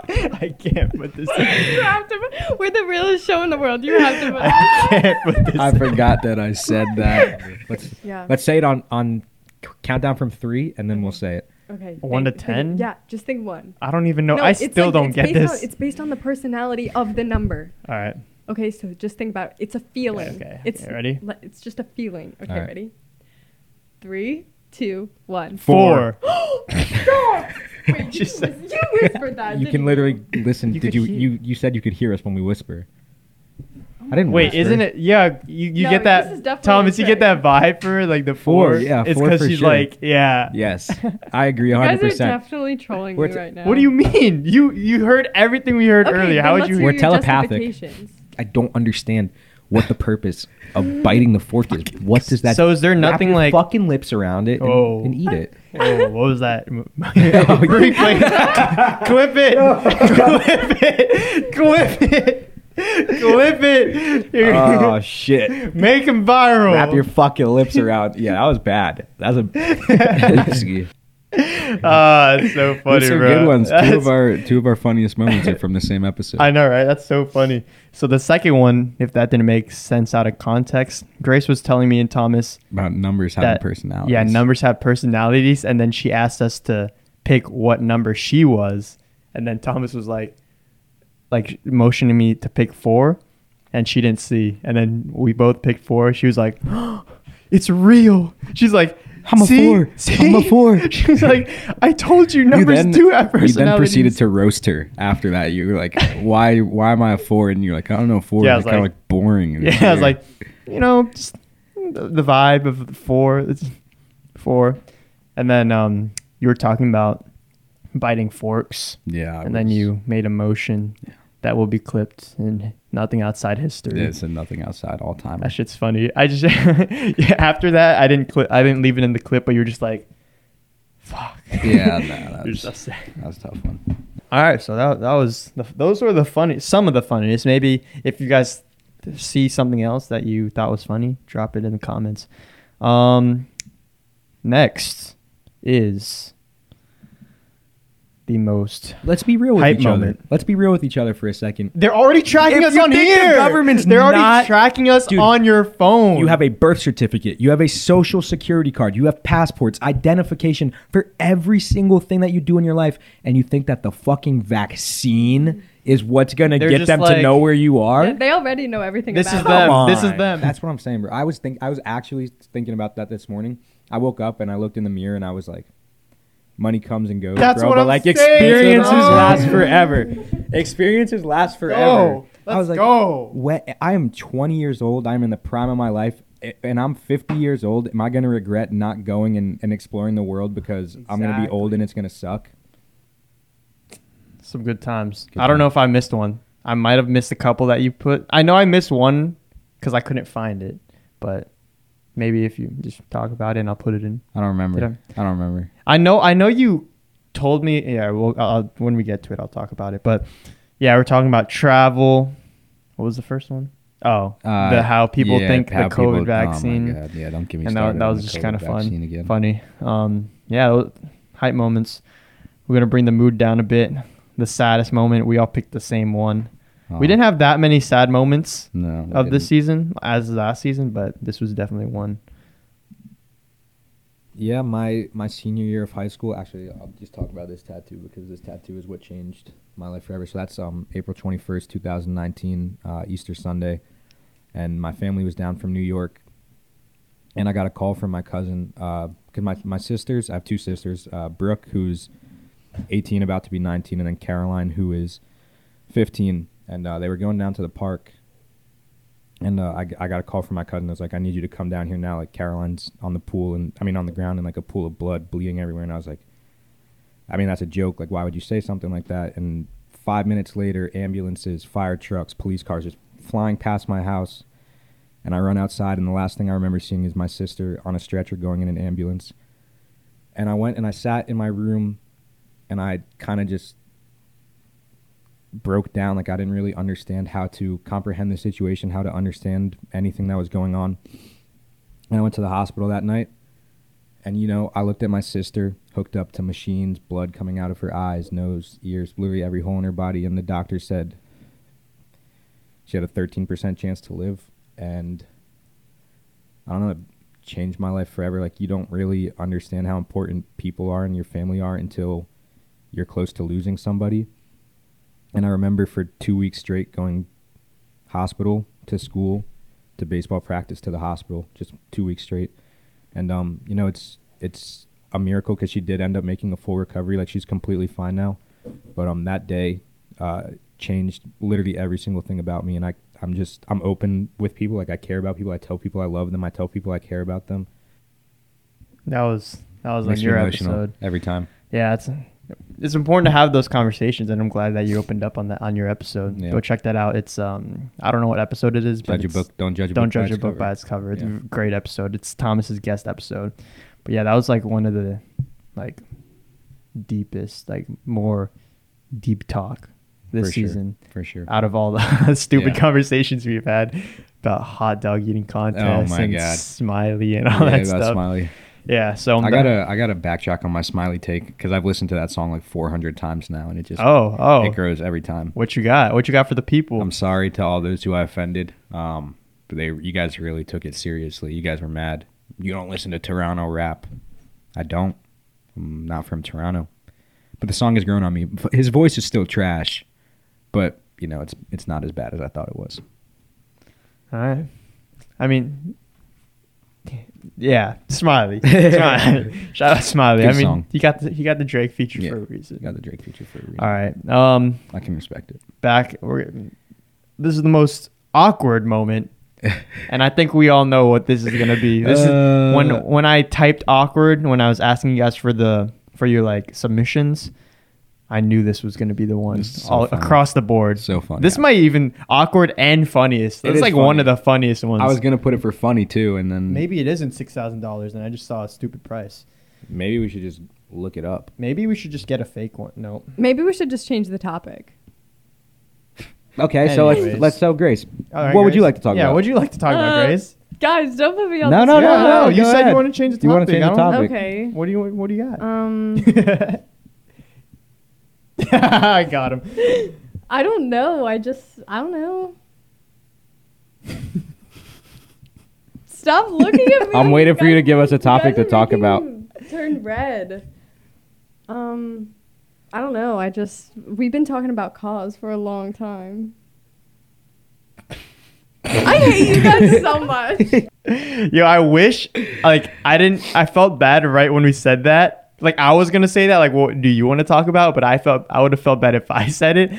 Speaker 1: I can't put this
Speaker 3: you
Speaker 1: in.
Speaker 3: have to, we're the realest show in the world. You have to.
Speaker 1: I can't put this. in.
Speaker 2: forgot that I said that. Let's
Speaker 3: Yeah.
Speaker 2: let's say it on on countdown from three, and then we'll say it.
Speaker 3: Okay.
Speaker 1: One
Speaker 3: think-
Speaker 1: to
Speaker 3: think-
Speaker 1: 10?
Speaker 3: Yeah, just think one.
Speaker 1: I don't even know. I
Speaker 3: it's
Speaker 1: still
Speaker 3: like-
Speaker 1: don't
Speaker 3: it's
Speaker 1: get
Speaker 3: based
Speaker 1: this.
Speaker 3: On, it's based on the personality of the number.
Speaker 1: All right.
Speaker 3: Okay, so just think about it. It's a feeling.
Speaker 1: okay.
Speaker 3: It's
Speaker 1: Yeah, ready?
Speaker 3: le- It's just a feeling. Okay,
Speaker 2: Alright.
Speaker 3: ready? Three, two, one.
Speaker 1: Four.
Speaker 2: Oh,
Speaker 3: Stop! Wait, you,
Speaker 1: Just like-
Speaker 3: whis- you whispered that.
Speaker 2: You
Speaker 3: didn't
Speaker 2: can literally listen.
Speaker 1: You
Speaker 2: did
Speaker 1: could
Speaker 2: you
Speaker 1: hear-
Speaker 2: you you said you could hear us when we whisper? I didn't.
Speaker 1: Wait,
Speaker 2: whisper.
Speaker 1: isn't it? Yeah, you, you
Speaker 3: No,
Speaker 1: get
Speaker 3: this is
Speaker 1: that.
Speaker 3: definitely
Speaker 1: Thomas, you get that
Speaker 3: trick.
Speaker 1: vibe for her, like the
Speaker 2: Four,
Speaker 1: four.
Speaker 2: yeah,
Speaker 1: it's
Speaker 2: four
Speaker 1: because
Speaker 2: for
Speaker 1: she's
Speaker 2: sure.
Speaker 1: like, yeah,
Speaker 2: Yes, I agree,
Speaker 3: You
Speaker 2: hundred
Speaker 3: guys are
Speaker 2: percent.
Speaker 3: definitely trolling
Speaker 2: We're
Speaker 3: me
Speaker 2: t-
Speaker 3: right now.
Speaker 1: What do you mean? You you heard everything we heard
Speaker 3: Okay,
Speaker 1: earlier.
Speaker 3: then
Speaker 1: How would
Speaker 3: let's
Speaker 1: you?
Speaker 3: hear
Speaker 2: We're
Speaker 3: your
Speaker 2: telepathic.
Speaker 3: justifications.
Speaker 2: I don't understand what the purpose of biting the fork is. What does that?
Speaker 1: So is there
Speaker 2: Wrap
Speaker 1: nothing
Speaker 2: your
Speaker 1: like-
Speaker 2: fucking lips around it and,
Speaker 1: Oh.
Speaker 2: and eat it?
Speaker 1: oh, what was that?
Speaker 2: Oh,
Speaker 1: Replay. Clip it. Clip it. Clip it. Clip it. Here-
Speaker 2: oh shit.
Speaker 1: Make him viral.
Speaker 2: Wrap your fucking lips around. Yeah, that was bad. That was a.
Speaker 1: Ah, it's so funny,
Speaker 2: Those are
Speaker 1: bro.
Speaker 2: good ones. Two
Speaker 1: That's-
Speaker 2: of our two of our funniest moments are from the same episode.
Speaker 1: I know, right? That's so funny. So the second one, if that didn't make sense out of context, Grace was telling me and Thomas
Speaker 2: About numbers having
Speaker 1: that
Speaker 2: personalities.
Speaker 1: yeah, numbers have personalities, and then she asked us to pick what number she was, and then Thomas was like, like motioning me to pick four, and she didn't see, and then we both picked four. She was like, "It's real." She's like.
Speaker 2: I'm a
Speaker 1: "See?
Speaker 2: four.
Speaker 1: See?"
Speaker 2: I'm a four.
Speaker 1: She was like, I told you
Speaker 2: You
Speaker 1: numbers
Speaker 2: then,
Speaker 1: do have
Speaker 2: you
Speaker 1: personalities.
Speaker 2: then proceeded to roast her after that. You were like, "Why? Why am I a four? And you're like, "I don't know, four.
Speaker 1: Yeah, I
Speaker 2: is
Speaker 1: was
Speaker 2: kind of
Speaker 1: like-
Speaker 2: like boring." and
Speaker 1: Yeah, I was
Speaker 2: weird."
Speaker 1: like, you know, just the the vibe of four, it's four, and then um, you were talking about biting forks,
Speaker 2: "Yeah." I
Speaker 1: and then
Speaker 2: was-
Speaker 1: you made a motion that will be clipped and nothing outside history.
Speaker 2: Yeah, said nothing outside all time.
Speaker 1: That shit's funny. I just yeah, after that, I didn't clip, I didn't leave it in the clip, but you were just like, fuck.
Speaker 2: Yeah,
Speaker 1: You're
Speaker 2: nah, that's
Speaker 1: just upset.
Speaker 2: that was a tough one.
Speaker 1: All right, so that, that was the, those were the funny some of the funniest. Maybe if you guys see something else that you thought was funny, drop it in the comments. Um, next is the most.
Speaker 2: Let's be real with
Speaker 1: Hype
Speaker 2: each
Speaker 1: moment.
Speaker 2: other. Let's be real with each other for a second.
Speaker 1: They're already tracking
Speaker 2: If
Speaker 1: us
Speaker 2: you
Speaker 1: on
Speaker 2: think the
Speaker 1: here.
Speaker 2: government's
Speaker 1: They're already
Speaker 2: not-
Speaker 1: tracking us
Speaker 2: Dude,
Speaker 1: on your phone.
Speaker 2: You have a birth certificate. You have a social security card. You have passports, identification for every single thing that you do in your life. And you think that the fucking vaccine
Speaker 4: is what's gonna
Speaker 1: They're
Speaker 4: get
Speaker 1: just
Speaker 4: them to
Speaker 1: like-
Speaker 4: know where you are.
Speaker 3: They, they already know everything
Speaker 1: This
Speaker 3: about
Speaker 1: is
Speaker 3: us.
Speaker 1: them.
Speaker 4: Come
Speaker 1: This is
Speaker 4: on.
Speaker 1: them.
Speaker 2: That's what I'm saying, bro. I was think I was actually thinking about that this morning. I woke up and I looked in the mirror and I was like, money comes and goes,
Speaker 1: That's
Speaker 2: bro.
Speaker 1: what
Speaker 2: but
Speaker 1: I'm
Speaker 2: like
Speaker 1: saying,
Speaker 4: Experiences
Speaker 1: bro.
Speaker 4: last forever. Experiences last forever.
Speaker 1: Go.
Speaker 2: I was
Speaker 1: Let's
Speaker 2: like,
Speaker 1: go.
Speaker 2: When, I am 20 years old. I'm in the prime of my life, a- and I'm 50 years old. Am I going to regret not going and, and exploring the world because I'm going to be
Speaker 1: Exactly.
Speaker 2: old and it's going to suck?
Speaker 1: Some good times.
Speaker 2: Good
Speaker 1: I don't know
Speaker 2: times.
Speaker 1: if I missed one. I might have missed a couple that you put. I know I missed one because I couldn't find it, but maybe if you just talk about it, and I'll put it in.
Speaker 2: I don't remember.
Speaker 1: Did
Speaker 2: I don't remember.
Speaker 1: I know. I know you told me. Yeah. Well, I'll, when we get to it, I'll talk about it. But yeah, we're talking about travel. What was the first one? Oh,
Speaker 2: Uh,
Speaker 1: the how people
Speaker 2: yeah,
Speaker 1: think the
Speaker 2: how
Speaker 1: COVID
Speaker 2: people- oh my
Speaker 1: vaccine,
Speaker 2: God, Yeah, don't give me
Speaker 1: and
Speaker 2: started
Speaker 1: that, that
Speaker 2: on
Speaker 1: was
Speaker 2: the
Speaker 1: just
Speaker 2: COVID
Speaker 1: kind of fun,
Speaker 2: vaccine again.
Speaker 1: funny. Um, yeah, tho- hype moments. We're gonna bring the mood down a bit. The saddest moment. We all picked the same one.
Speaker 2: Oh,
Speaker 1: We didn't have that many sad moments
Speaker 2: no we
Speaker 1: of this
Speaker 2: didn't.
Speaker 1: season as last season, but this was definitely one.
Speaker 2: Yeah, my my senior year of high school. Actually, I'll just talk about this tattoo because this tattoo is what changed my life forever. So that's um April twenty first, two thousand nineteen, uh, Easter Sunday, and my family was down from New York, and I got a call from my cousin because my my sisters. I have two sisters, uh, Brooke, who's eighteen, about to be nineteen, and then Caroline, who is fifteen, and uh, they were going down to the park. And uh, I, g- I got a call from my cousin. I was like, I need you to come down here now. Like Caroline's on the pool and I mean on the ground in like a pool of blood, bleeding everywhere. And I was like, I mean that's a joke. Like why would you say something like that? And five minutes later, ambulances, fire trucks, police cars just flying past my house. And I run outside, and the last thing I remember seeing is my sister on a stretcher going in an ambulance. And I went and I sat in my room, and I kind of just broke down like i didn't really understand how to comprehend the situation how to understand anything that was going on and i went to the hospital that night and you know i looked at my sister hooked up to machines blood coming out of her eyes nose ears literally every hole in her body and the doctor said she had a 13% chance to live and i don't know it changed my life forever like you don't really understand how important people are and your family are until you're close to losing somebody and I remember for two weeks straight going hospital to school to baseball practice to the hospital, just two weeks straight. And um, you know, it's it's a miracle because she did end up making a full recovery. Like she's completely fine now. But um, that day uh, changed literally every single thing about me. And I I'm just I'm open with people. Like I care about people. I tell people I love them. I tell people I care about them.
Speaker 1: That was that was on your episode.
Speaker 2: every time.
Speaker 1: Yeah, it's it's important to have those conversations, and I'm glad that you opened up on that on your episode.
Speaker 2: Yeah.
Speaker 1: Go check that out. It's um I don't know what episode it is, but
Speaker 2: Judge your
Speaker 1: it's-
Speaker 2: book. Don't judge. A
Speaker 1: don't
Speaker 2: book by
Speaker 1: judge
Speaker 2: its
Speaker 1: your book
Speaker 2: cover.
Speaker 1: by its cover. It's
Speaker 2: Yeah.
Speaker 1: a great episode. It's Thomas's guest episode, but yeah, that was like one of the like deepest, like more deep talk this
Speaker 2: For sure.
Speaker 1: season
Speaker 2: for sure.
Speaker 1: out of all the stupid
Speaker 2: Yeah. Oh,
Speaker 1: conversations we've had about hot dog eating contests
Speaker 2: my
Speaker 1: and
Speaker 2: God.
Speaker 1: smiley and all
Speaker 2: Yeah,
Speaker 1: that
Speaker 2: about
Speaker 1: stuff.
Speaker 2: Smiley.
Speaker 1: Yeah, so I'm
Speaker 2: I
Speaker 1: the-
Speaker 2: gotta I gotta backtrack on my smiley take because I've listened to that song like 400 times now and it just
Speaker 1: Oh, oh.
Speaker 2: it grows every time.
Speaker 1: What you got? What you got for the people?
Speaker 2: I'm sorry to all those who I offended. Um, but they you guys really took it seriously. You guys were mad. You don't listen to Toronto rap. I don't. I'm not from Toronto. But the song has grown on me. V- His voice is still trash, but you know it's it's not as bad as I thought it was.
Speaker 1: All right. I mean, yeah, Smiley. Smiley. Shout out Smiley.
Speaker 2: Good
Speaker 1: I mean,
Speaker 2: song.
Speaker 1: he got the, he got the Drake feature
Speaker 2: Yeah.
Speaker 1: for a
Speaker 2: You
Speaker 1: reason.
Speaker 2: got the Drake feature for a reason.
Speaker 1: All right. Um,
Speaker 2: I can respect it.
Speaker 1: back. We're, this is the most awkward moment, and I think we all know what this is gonna be. This is
Speaker 2: Uh.
Speaker 1: when when I typed awkward when I was asking you guys for the for your like submissions. I knew this was gonna be the one
Speaker 2: This is so
Speaker 1: all
Speaker 2: funny.
Speaker 1: across the board.
Speaker 2: So funny.
Speaker 1: This might even awkward and funniest.
Speaker 2: It
Speaker 1: It's
Speaker 2: is
Speaker 1: like one
Speaker 2: funny.
Speaker 1: of the funniest ones.
Speaker 2: I was gonna put it for funny too, and then
Speaker 1: Maybe it isn't six thousand dollars, and I just saw a stupid price.
Speaker 2: Maybe we should just look it up.
Speaker 1: Maybe we should just get a fake one. No,
Speaker 3: Maybe we should just change the topic.
Speaker 2: Okay,
Speaker 1: so let's- Anyways. let's
Speaker 2: tell Grace.
Speaker 1: All right, Grace. yeah, what would you like to talk about,
Speaker 3: Uh,
Speaker 1: Grace?
Speaker 3: Guys, don't put me on
Speaker 2: No,
Speaker 3: the
Speaker 2: no,
Speaker 1: Yeah,
Speaker 2: no, no,
Speaker 1: You
Speaker 2: go
Speaker 1: said
Speaker 2: ahead.
Speaker 1: you want to change the
Speaker 2: You wanna
Speaker 1: topic.
Speaker 2: change
Speaker 1: I
Speaker 2: the
Speaker 1: don't-
Speaker 2: topic.
Speaker 3: Okay.
Speaker 1: What do you What do you got?
Speaker 3: Um,
Speaker 1: I got him.
Speaker 3: I don't know. I just I don't know. Stop looking at me.
Speaker 2: I'm waiting for you to
Speaker 3: guys-
Speaker 2: give us a topic to
Speaker 3: guys are
Speaker 2: talk
Speaker 3: making
Speaker 2: about.
Speaker 3: me Turn red. Um, I don't know. I just we've been talking about cause for a long time. I hate you guys so much.
Speaker 1: Yo, I wish like I didn't I felt bad right when we said that. Like I was gonna say that, like what do you want to talk about? But I felt I would have felt bad if I said it.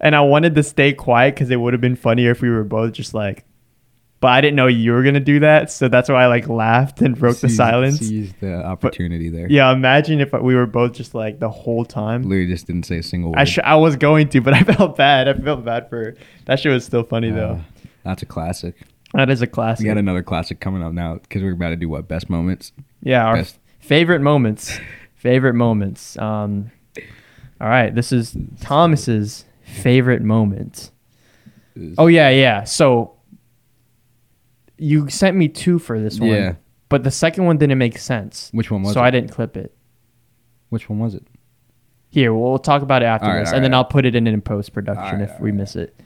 Speaker 1: And I wanted to stay quiet because it would have been funnier if we were both just like but I didn't know you were gonna do that, so that's why I like laughed and broke the
Speaker 2: Seize-
Speaker 1: silence.
Speaker 2: Seize the opportunity there.
Speaker 1: Yeah, imagine if we were both just like the whole time.
Speaker 2: Literally just didn't say a single word.
Speaker 1: I sh- I was going to, but I felt bad. I felt bad for that. Shit was still funny
Speaker 2: Uh,
Speaker 1: though.
Speaker 2: That's a classic.
Speaker 1: That is a
Speaker 2: We
Speaker 1: classic.
Speaker 2: got another classic coming up now because we're about to do what best moments.
Speaker 1: Yeah, our
Speaker 2: Best.
Speaker 1: favorite moments. favorite moments. Um, all right, this is Thomas's favorite moment.
Speaker 2: Is-
Speaker 1: Oh yeah, yeah. So you sent me two for this one.
Speaker 2: Yeah.
Speaker 1: But the second one didn't make sense.
Speaker 2: Which one was
Speaker 1: so
Speaker 2: it?
Speaker 1: I didn't clip it.
Speaker 2: Which one was it?
Speaker 1: Here, we'll talk about it after
Speaker 2: All right,
Speaker 1: this,
Speaker 2: all
Speaker 1: and then
Speaker 2: right.
Speaker 1: I'll put it in in post production
Speaker 2: All right,
Speaker 1: if
Speaker 2: all
Speaker 1: we
Speaker 2: right.
Speaker 1: miss it.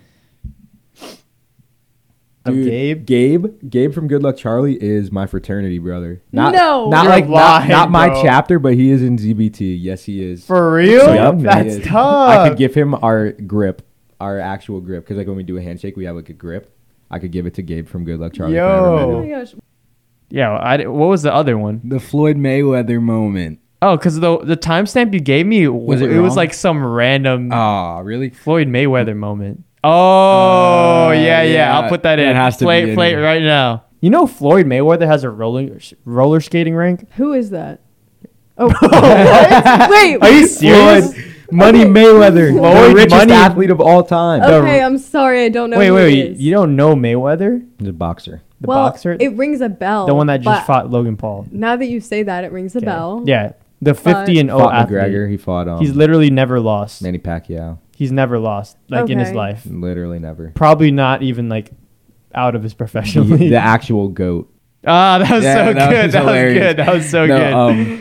Speaker 1: Of
Speaker 4: Dude,
Speaker 1: Gabe.
Speaker 4: Gabe, Gabe from Good Luck Charlie is my fraternity brother. Not,
Speaker 3: No.
Speaker 4: not
Speaker 1: You're
Speaker 4: like
Speaker 1: lying,
Speaker 4: not, not my
Speaker 1: bro.
Speaker 4: chapter, but he is in GBT. Yes, he is.
Speaker 1: For real?
Speaker 4: Yup, he
Speaker 1: That's
Speaker 4: is.
Speaker 1: tough.
Speaker 4: I could give him our grip, our actual grip, because like when we do a handshake, we have like a grip. I could give it to Gabe from Good Luck Charlie. if I ever met
Speaker 1: Yo.
Speaker 4: him.
Speaker 3: Oh my gosh.
Speaker 1: yeah, I, di- what was the other one?
Speaker 2: The Floyd Mayweather moment.
Speaker 1: Oh, because the the timestamp you gave me was
Speaker 2: it
Speaker 1: it, was
Speaker 2: wrong?
Speaker 1: like some random
Speaker 2: Ah, really?
Speaker 1: Floyd Mayweather moment. Oh
Speaker 2: Uh,
Speaker 1: yeah, yeah,
Speaker 2: yeah,
Speaker 1: I'll put that in.
Speaker 2: that has to
Speaker 1: play
Speaker 2: be in
Speaker 1: play it
Speaker 2: here.
Speaker 1: right now. You know Floyd Mayweather has a roller roller skating rink.
Speaker 3: Who is that? Oh, what? wait.
Speaker 1: Are you
Speaker 3: wait.
Speaker 1: serious?
Speaker 4: Money
Speaker 3: Okay.
Speaker 4: Mayweather,
Speaker 1: Floyd
Speaker 4: the richest
Speaker 1: Money-
Speaker 4: athlete of all time.
Speaker 3: Okay, I'm sorry. I don't know.
Speaker 1: wait,
Speaker 3: who
Speaker 1: wait,
Speaker 3: it
Speaker 1: wait.
Speaker 3: is.
Speaker 1: You don't know Mayweather,
Speaker 4: He's a boxer.
Speaker 1: the
Speaker 3: well,
Speaker 1: boxer,
Speaker 3: It rings a bell.
Speaker 1: the one that just
Speaker 3: but
Speaker 1: fought Logan Paul.
Speaker 3: Now that you say that, it rings a
Speaker 1: Okay.
Speaker 3: bell.
Speaker 1: Yeah, the fifty and oh
Speaker 4: Fought
Speaker 1: athlete.
Speaker 4: McGregor. He fought um,
Speaker 1: He's literally never lost.
Speaker 4: Manny Pacquiao.
Speaker 1: He's never lost like in his
Speaker 3: Okay.
Speaker 1: life.
Speaker 4: Literally never.
Speaker 1: Probably not even like out of his
Speaker 4: The,
Speaker 1: professional league.
Speaker 4: the actual goat.
Speaker 1: Ah, that was
Speaker 2: Yeah,
Speaker 1: so
Speaker 2: that
Speaker 1: good.
Speaker 2: was
Speaker 1: that was
Speaker 2: hilarious.
Speaker 1: good. That was so
Speaker 2: No,
Speaker 1: good.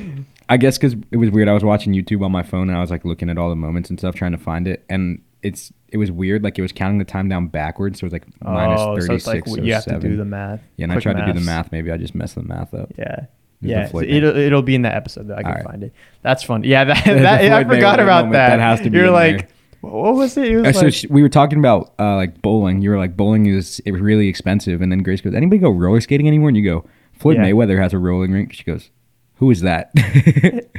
Speaker 2: Um, I guess because it was weird. I was watching YouTube on my phone and I was like looking at all the moments and stuff, trying to find it. And it's it was weird. Like it was counting the time down backwards, so it was like minus
Speaker 1: oh,
Speaker 2: thirty
Speaker 1: so
Speaker 2: six
Speaker 1: it's like
Speaker 2: or
Speaker 1: w- you have
Speaker 2: seven.
Speaker 1: to do the math.
Speaker 2: yeah, and I
Speaker 1: Quick
Speaker 2: tried to do the
Speaker 1: maths.
Speaker 2: math. Maybe I just messed the math up.
Speaker 1: Yeah.
Speaker 2: the
Speaker 1: Yeah,
Speaker 2: Floyd thing.
Speaker 1: it'll it'll be in that episode though. I can
Speaker 2: Alright.
Speaker 1: find it. That's fun. Yeah, that,
Speaker 2: the
Speaker 1: that I
Speaker 2: Floyd
Speaker 1: forgot
Speaker 2: Mayweather
Speaker 1: about
Speaker 2: moment,
Speaker 1: that.
Speaker 2: that has to be
Speaker 1: You're
Speaker 2: in
Speaker 1: like, what was it? It was
Speaker 2: Uh, so
Speaker 1: like-
Speaker 2: sh we were talking about uh, like bowling. You were like bowling is it was really expensive, and then Grace goes, "Anybody go roller skating anymore?" And you go, "Floyd
Speaker 1: Yeah.
Speaker 2: Mayweather has a rolling rink." She goes, "Who is that?"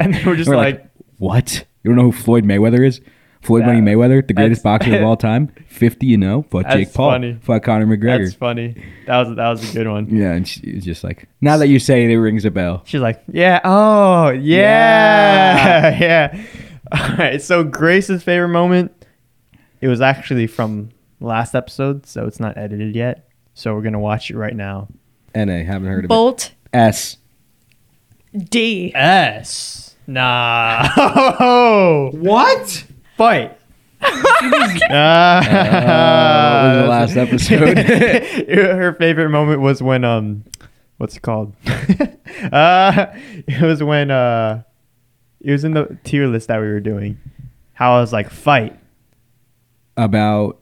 Speaker 1: And then we're just like-
Speaker 2: "What? You don't know who Floyd Mayweather is? Floyd
Speaker 1: That-
Speaker 2: Money Mayweather, the greatest
Speaker 1: that's-
Speaker 2: boxer of all time, fifty and zero, fought
Speaker 1: That's
Speaker 2: Jake Paul,
Speaker 1: funny.
Speaker 2: fought Conor McGregor."
Speaker 1: that's funny. That was that was a good one.
Speaker 2: yeah, and she- it's just like now that you say it, it rings a bell.
Speaker 1: She's like, yeah, oh yeah, yeah. All right. So Grace's favorite moment. It was actually from last episode, so it's not edited yet. So we're gonna watch it right now.
Speaker 2: Na, haven't heard of
Speaker 3: Bolt
Speaker 2: it. S.
Speaker 3: D.
Speaker 1: S. Nah.
Speaker 4: What?
Speaker 1: Fight.
Speaker 2: Uh, what Uh, was the last episode?
Speaker 1: her favorite moment was when um what's it called uh it was when uh it was in the tier list that we were doing how i was like fight
Speaker 2: about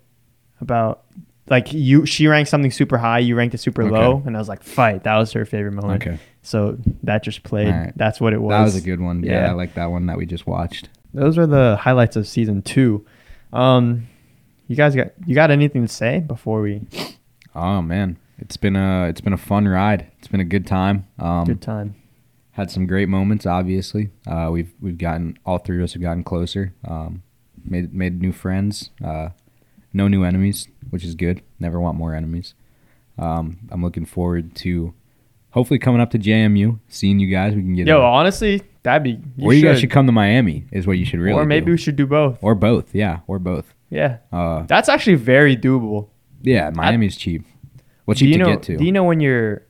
Speaker 1: about like you she ranked something super high you ranked it super
Speaker 2: Okay.
Speaker 1: low and i was like fight that was her favorite moment
Speaker 2: Okay.
Speaker 1: so that just played
Speaker 2: All right.
Speaker 1: that's what it was
Speaker 2: that was a good one. yeah,
Speaker 1: Yeah.
Speaker 2: I like that one that we just watched.
Speaker 1: those are the highlights of season two um you guys got you got anything to say before we
Speaker 2: Oh man, it's been a it's been a fun ride. It's been a good time. Um,
Speaker 1: good time
Speaker 2: Had some great moments. Obviously, uh, we've we've gotten all three of us have gotten closer. Um, made made new friends. Uh, no new enemies, which is good. Never want more enemies. Um, I'm looking forward to hopefully coming up to JMU, seeing you guys. We can get
Speaker 1: Yo,
Speaker 2: a,
Speaker 1: honestly, that'd be. You
Speaker 2: or you
Speaker 1: should.
Speaker 2: guys should come to Miami. Is what you should really.
Speaker 1: or maybe
Speaker 2: do.
Speaker 1: we should do both.
Speaker 2: or both. Yeah, or both.
Speaker 1: Yeah,
Speaker 2: Uh,
Speaker 1: that's actually very doable.
Speaker 2: yeah, Miami's cheap. Well,
Speaker 1: do
Speaker 2: cheap
Speaker 1: you
Speaker 2: to
Speaker 1: know?
Speaker 2: get to.
Speaker 1: Do you know when your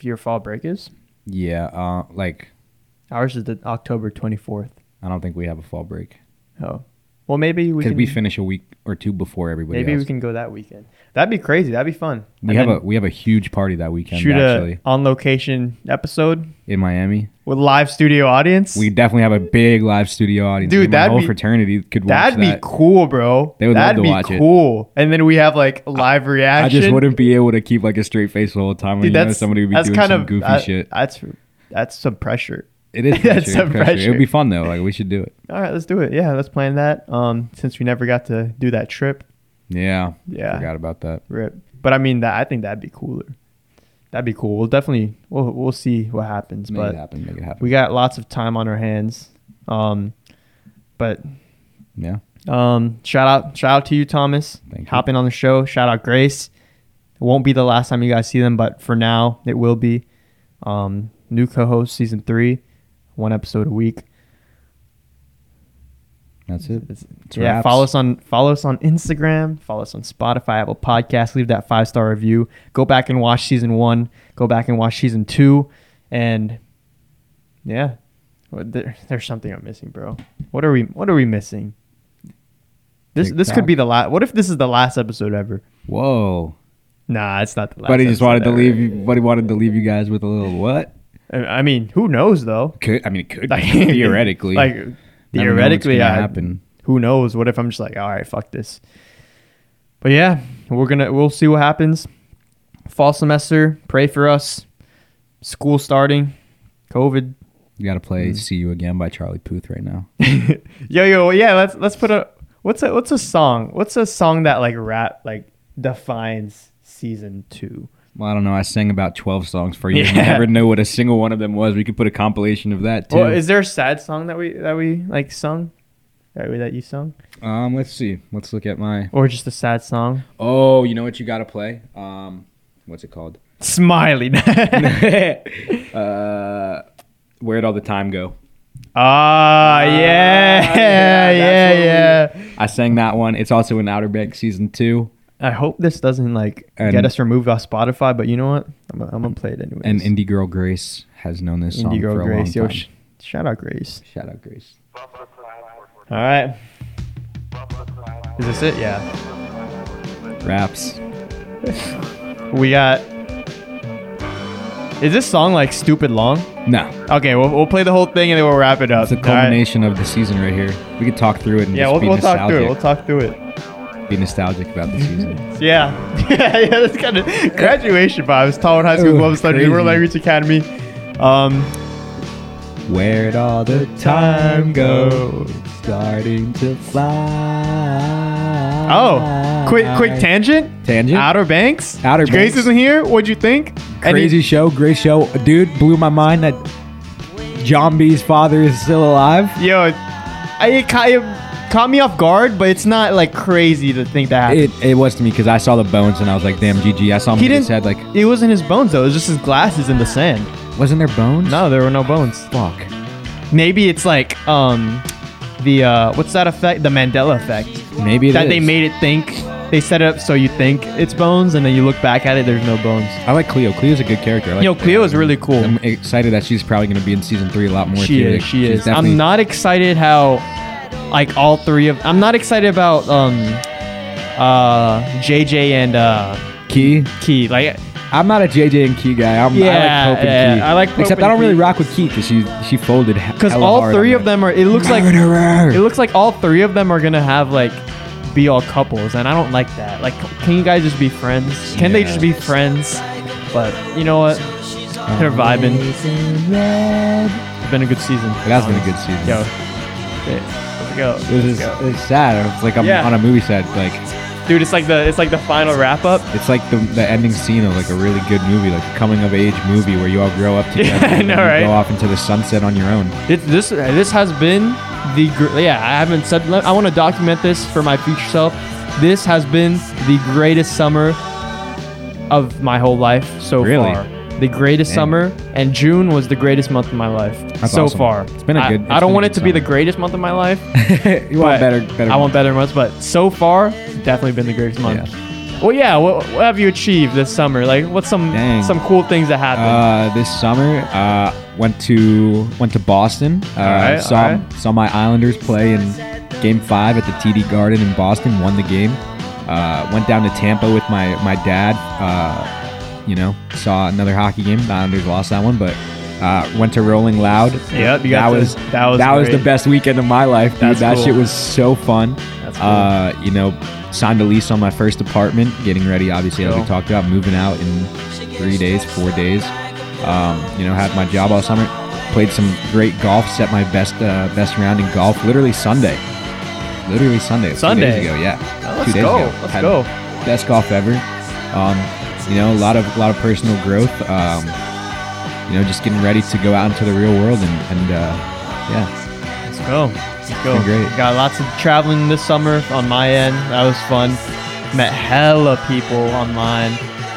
Speaker 1: your fall break is?
Speaker 2: yeah, uh, like
Speaker 1: Ours is the October twenty fourth.
Speaker 2: I don't think we have a fall break.
Speaker 1: Oh, well, maybe we
Speaker 2: because
Speaker 1: can.
Speaker 2: we finish a week or two before everybody
Speaker 1: maybe
Speaker 2: else.
Speaker 1: we can go that weekend. That'd be crazy. That'd be fun.
Speaker 2: We have a we have a huge party that weekend
Speaker 1: shoot
Speaker 2: actually
Speaker 1: a on location episode
Speaker 2: in Miami.
Speaker 1: with live studio audience.
Speaker 2: We definitely have a big live studio audience.
Speaker 1: Dude,
Speaker 2: I mean, my
Speaker 1: that'd
Speaker 2: whole
Speaker 1: be-
Speaker 2: fraternity could watch
Speaker 1: That'd be
Speaker 2: that.
Speaker 1: cool, bro.
Speaker 2: They would love
Speaker 1: That'd
Speaker 2: to
Speaker 1: be
Speaker 2: watch it.
Speaker 1: cool. And then we have like live
Speaker 2: I
Speaker 1: reaction.
Speaker 2: just wouldn't be able to keep like a straight face the whole time. when,
Speaker 1: Dude,
Speaker 2: you know
Speaker 1: that's uh,
Speaker 2: somebody would be
Speaker 1: that's
Speaker 2: doing
Speaker 1: kind
Speaker 2: some
Speaker 1: of
Speaker 2: goofy
Speaker 1: that-
Speaker 2: shit.
Speaker 1: That's that's some pressure.
Speaker 2: It is
Speaker 1: That's some
Speaker 2: pressure. it's pressure. It
Speaker 1: pressure.
Speaker 2: would be fun though. Like we should do it.
Speaker 1: All right, let's do it. Yeah, let's plan that. Um, since we never got to do that trip,
Speaker 2: Yeah.
Speaker 1: Yeah.
Speaker 2: Forgot about that.
Speaker 1: rip. But I mean, that I think that'd be cooler. That'd be cool. We'll definitely we'll we'll see what happens.
Speaker 2: Make
Speaker 1: but
Speaker 2: it happen. Make it happen.
Speaker 1: we got lots of time on our hands. Um, but
Speaker 2: yeah.
Speaker 1: um, shout out shout out to you, Thomas.
Speaker 2: Thank you.
Speaker 1: Hopping on the show. Shout out Grace. It won't be the last time you guys see them, but for now it will be. Um, new co-host season three, one episode a week.
Speaker 2: That's it.
Speaker 1: It's-
Speaker 2: It's
Speaker 1: yeah,
Speaker 2: wraps.
Speaker 1: follow us on follow us on Instagram, follow us on Spotify, Apple Podcasts. Leave that five star review. Go back and watch season one. Go back and watch season two, and yeah, What- there, there's something I'm missing, bro. What are we What are we missing? This This could
Speaker 2: TikTok.
Speaker 1: be the last. What if this is the last episode ever?
Speaker 2: Whoa.
Speaker 1: Nah, it's not the last.
Speaker 2: But he just
Speaker 1: episode
Speaker 2: wanted to
Speaker 1: ever.
Speaker 2: leave. You, but he wanted to leave you guys with a little what?
Speaker 1: I I mean, who knows though?
Speaker 2: Could I mean it could
Speaker 1: Like-
Speaker 2: theoretically.
Speaker 1: like
Speaker 2: Never know what's
Speaker 1: theoretically,
Speaker 2: gonna
Speaker 1: I,
Speaker 2: happen.
Speaker 1: who knows? What if I'm just like, all right, fuck this. But yeah, we're gonna we'll see what happens. Fall semester, pray for us. School starting, COVID.
Speaker 2: You got to play
Speaker 1: Mm-hmm.
Speaker 2: "See You Again" by Charlie Puth right now.
Speaker 1: Yo yo yeah, let's let's put a what's a what's a song? What's a song that like rap like defines season two?
Speaker 2: Well, I don't know. I sang about twelve songs for you. and You
Speaker 1: Yeah.
Speaker 2: never know what a single one of them was. We could put a compilation of that too.
Speaker 1: Or is there a sad song that we that we like sung? That we that you sung?
Speaker 2: um, let's see. Let's look at my.
Speaker 1: Or just a sad song?
Speaker 2: Oh, you know what you got to play? Um, what's it called?
Speaker 1: Smiley.
Speaker 2: uh, where'd all the time go?
Speaker 1: Ah, yeah, yeah, yeah,
Speaker 2: that's what we- I sang that one. It's also in Outer Banks season two.
Speaker 1: I hope this doesn't like get
Speaker 2: And-
Speaker 1: us removed off Spotify, but you know what? I'm, I'm gonna play it anyways.
Speaker 2: And Indie Girl Grace has known this song
Speaker 1: Indie
Speaker 2: for
Speaker 1: Girl
Speaker 2: a
Speaker 1: Grace,
Speaker 2: long
Speaker 1: yo,
Speaker 2: time.
Speaker 1: sh- shout out Grace.
Speaker 2: Shout out Grace.
Speaker 1: All right, is this it? Yeah,
Speaker 2: Raps.
Speaker 1: we got. Is this song like stupid long?
Speaker 2: No,
Speaker 1: Okay, we'll, we'll play the whole thing and then we'll wrap it up.
Speaker 2: it's a
Speaker 1: All right.
Speaker 2: culmination of the season right here. We could talk through it and
Speaker 1: Yeah,
Speaker 2: just
Speaker 1: we'll,
Speaker 2: be
Speaker 1: we'll talk
Speaker 2: nostalgic.
Speaker 1: through it. We'll talk through it.
Speaker 2: be nostalgic about the season.
Speaker 1: Yeah, yeah, yeah. That's kind of graduation vibes. Tallwood High School
Speaker 2: Ooh,
Speaker 1: Global Studies, World
Speaker 2: crazy.
Speaker 1: Language Academy. Um,
Speaker 2: Where'd all the time go? Starting to fly.
Speaker 1: Oh, quick, quick tangent.
Speaker 2: Tangent?
Speaker 1: Outer Banks.
Speaker 2: Outer
Speaker 1: Grace
Speaker 2: Banks.
Speaker 1: isn't here. What'd you think? And
Speaker 2: Crazy
Speaker 1: he-
Speaker 2: show, great show. Dude, blew my mind that John B's father is still alive.
Speaker 1: yo, I it caught, it caught me off guard, but it's not like crazy to think that. happened.
Speaker 2: It, it was to me because I saw the bones and I was like, damn, GG. I saw him
Speaker 1: he
Speaker 2: hit his
Speaker 1: didn't.
Speaker 2: head like,
Speaker 1: it wasn't his bones though. It was just his glasses in the sand.
Speaker 2: wasn't there bones?
Speaker 1: No, there were no bones.
Speaker 2: Fuck.
Speaker 1: Maybe it's like um, the uh, what's that effect? The Mandela effect.
Speaker 2: Maybe it
Speaker 1: that they
Speaker 2: is.
Speaker 1: made it think. They set it up so you think it's bones, and then you look back at it. There's no bones.
Speaker 2: I like Cleo. Cleo's a good character. I like
Speaker 1: Yo, Cleo is really cool.
Speaker 2: I'm excited that she's probably going to be in season three a lot more.
Speaker 1: She
Speaker 2: too.
Speaker 1: is.
Speaker 2: Like,
Speaker 1: She
Speaker 2: she's
Speaker 1: is.
Speaker 2: definitely-
Speaker 1: I'm not excited how, like, all three of. I'm not excited about um, uh, JJ and uh,
Speaker 2: Key.
Speaker 1: Key. Like,
Speaker 2: I'm not a JJ and Key guy. I'm,
Speaker 1: Yeah,
Speaker 2: I like Pope
Speaker 1: yeah,
Speaker 2: and Key.
Speaker 1: I like Pope
Speaker 2: Except I
Speaker 1: and
Speaker 2: don't really
Speaker 1: Key.
Speaker 2: rock with Key because she she folded.
Speaker 1: cause all three of them are. It looks like it looks like all three of them are gonna have like be all couples, and I don't like that. Like, can you guys just be friends? Can they
Speaker 2: Yeah.
Speaker 1: just be friends? But you know what? They're vibing. It's been a good season.
Speaker 2: Uh-huh. It has been a good season.
Speaker 1: Yo, yeah, let's go. Let's
Speaker 2: This is
Speaker 1: go.
Speaker 2: it's sad. It's like I'm
Speaker 1: Yeah.
Speaker 2: on a movie set. Like
Speaker 1: Dude, it's like the it's like the final wrap up.
Speaker 2: it's like the, the ending scene of like a really good movie, like a coming of age movie where you all grow up together
Speaker 1: I
Speaker 2: and
Speaker 1: know,
Speaker 2: then you
Speaker 1: right?
Speaker 2: go off into the sunset on your own.
Speaker 1: It, this this has been the gr- yeah I haven't said I want to document this for my future self. This has been the greatest summer of my whole life so
Speaker 2: Really?
Speaker 1: far. The greatest
Speaker 2: Dang.
Speaker 1: summer and June was the greatest month of my life so
Speaker 2: awesome.
Speaker 1: far.
Speaker 2: It's been a
Speaker 1: I-
Speaker 2: good- it's
Speaker 1: I, don't
Speaker 2: been a
Speaker 1: want
Speaker 2: good
Speaker 1: it to be the
Speaker 2: summer.
Speaker 1: greatest month of my life.
Speaker 2: you
Speaker 1: but
Speaker 2: want better, better.
Speaker 1: I want better months, but so far definitely been the greatest month. Well, yeah. What, what have you achieved this summer? Like, what's some
Speaker 2: Dang.
Speaker 1: some cool things that happened?
Speaker 2: Uh, this summer, uh, went to went to Boston. Uh,
Speaker 1: Alright,
Speaker 2: saw
Speaker 1: alright.
Speaker 2: saw my Islanders play in Game Five at the TD Garden in Boston. Won the game. Uh, went down to Tampa with my my dad. Uh, you know, saw another hockey game. The Islanders lost that one, but uh, went to Rolling Loud.
Speaker 1: Yep, you
Speaker 2: that
Speaker 1: got to-
Speaker 2: was
Speaker 1: that was
Speaker 2: the
Speaker 1: great.
Speaker 2: best weekend of my life. Dude.
Speaker 1: That's
Speaker 2: that
Speaker 1: cool.
Speaker 2: shit was so fun.
Speaker 1: That's cool.
Speaker 2: uh, you know, signed a lease on my first apartment. Getting ready, obviously, as we
Speaker 1: Cool.
Speaker 2: talked about, moving out in three days, four days. Um, you know, had my job all summer, played some great golf, set my best uh, best round in golf literally Sunday. Literally Sunday. two
Speaker 1: Sunday?
Speaker 2: days ago, yeah.
Speaker 1: Oh, let's go. Let's go.
Speaker 2: Best golf ever. Um, you know, a lot of a lot of personal growth. Um, you know, just getting ready to go out into the real world and, and uh, yeah,
Speaker 1: Let's go. Let's go.
Speaker 2: been great.
Speaker 1: Got lots of traveling this summer on my end. That was fun. Met hella people online.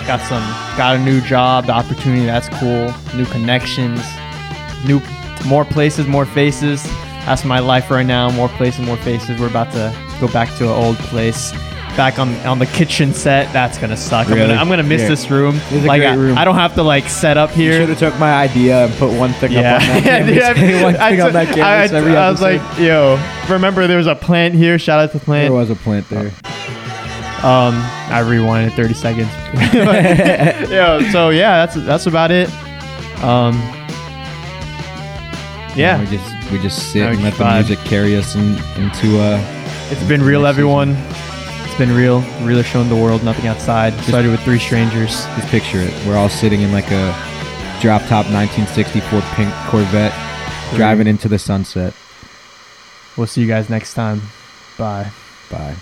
Speaker 1: Got some. Got a new job. The opportunity. That's cool. New connections. New, more places, more faces. That's my life right now. More places, more faces. We're about to go back to an old place. Back on on the kitchen set. That's gonna suck. I'm
Speaker 2: Really?
Speaker 1: gonna I'm gonna miss
Speaker 2: Yeah.
Speaker 1: this room.
Speaker 4: is a
Speaker 1: like
Speaker 4: great
Speaker 1: I,
Speaker 4: room.
Speaker 1: I don't have to like set up here.
Speaker 4: Should have took my idea and put one thing
Speaker 1: Yeah,
Speaker 4: up on that. canvas.
Speaker 1: dude,
Speaker 4: one
Speaker 1: I,
Speaker 4: thing on that
Speaker 1: I-
Speaker 4: canvas
Speaker 1: I-
Speaker 4: every
Speaker 1: I was
Speaker 4: episode.
Speaker 1: like, yo, remember there was a plant here. Shout out to
Speaker 4: there
Speaker 1: plant.
Speaker 4: was a plant there.
Speaker 1: Oh, Um, I rewinded 30 seconds. yo, so yeah, that's that's about it. Um,
Speaker 2: we
Speaker 1: yeah,
Speaker 2: just we just sit
Speaker 1: Now we
Speaker 2: and let
Speaker 1: just
Speaker 2: the
Speaker 1: vibe.
Speaker 2: music carry us in, into uh,
Speaker 1: it's been real, everyone. It's been real. Really showing the world nothing outside. Started with three strangers.
Speaker 2: just picture it. We're all sitting in like a drop top 1964 pink Corvette,
Speaker 1: Mm-hmm.
Speaker 2: driving into the sunset.
Speaker 1: We'll see you guys next time. Bye.
Speaker 2: Bye.